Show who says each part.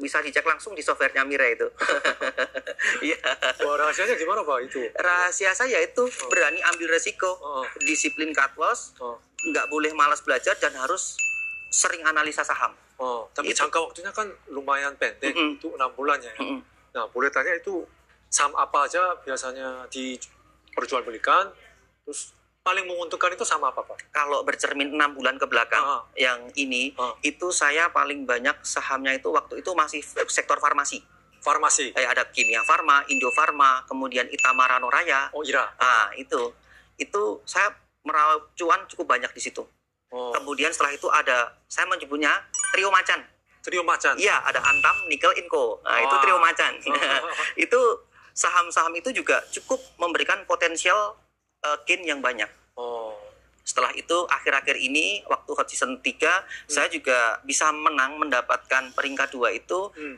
Speaker 1: bisa dicek langsung di softwarenya Mira itu. Iya.
Speaker 2: Wah, rahasianya gimana Pak itu?
Speaker 1: Rahasia saya itu berani ambil resiko,
Speaker 2: Oh.
Speaker 1: disiplin cut loss,
Speaker 2: Oh,
Speaker 1: nggak boleh malas belajar dan harus sering analisa saham.
Speaker 2: oh. tapi
Speaker 1: Itu.
Speaker 2: jangka waktunya kan lumayan pendek,
Speaker 1: Mm-mm.
Speaker 2: itu enam bulan ya.
Speaker 1: Mm-mm.
Speaker 2: Nah, boleh tanya itu saham apa aja biasanya diperjualbelikan? Terus paling menguntungkan itu sama apa Pak?
Speaker 1: Kalau bercermin enam bulan ke belakang
Speaker 2: Ah.
Speaker 1: yang ini
Speaker 2: Ah.
Speaker 1: itu saya paling banyak sahamnya itu waktu itu masih f- sektor farmasi.
Speaker 2: Farmasi.
Speaker 1: Kayak ada Kimia Farma, Indo Farma, kemudian Itamara Noraya.
Speaker 2: Oh, Ira.
Speaker 1: Ah, itu. Itu saya meraup cuan cukup banyak di situ.
Speaker 2: Oh,
Speaker 1: Kemudian setelah itu ada saya menyebutnya trio macan.
Speaker 2: trio macan.
Speaker 1: Iya, ada Antam, Nikel, Inco. Nah, itu
Speaker 2: Wah.
Speaker 1: trio macan.
Speaker 2: Oh.
Speaker 1: itu saham-saham itu juga cukup memberikan potensial eh, gain yang banyak.
Speaker 2: Oh,
Speaker 1: Setelah itu akhir-akhir ini waktu hot season 3 saya juga bisa menang mendapatkan peringkat dua itu
Speaker 2: Hmm.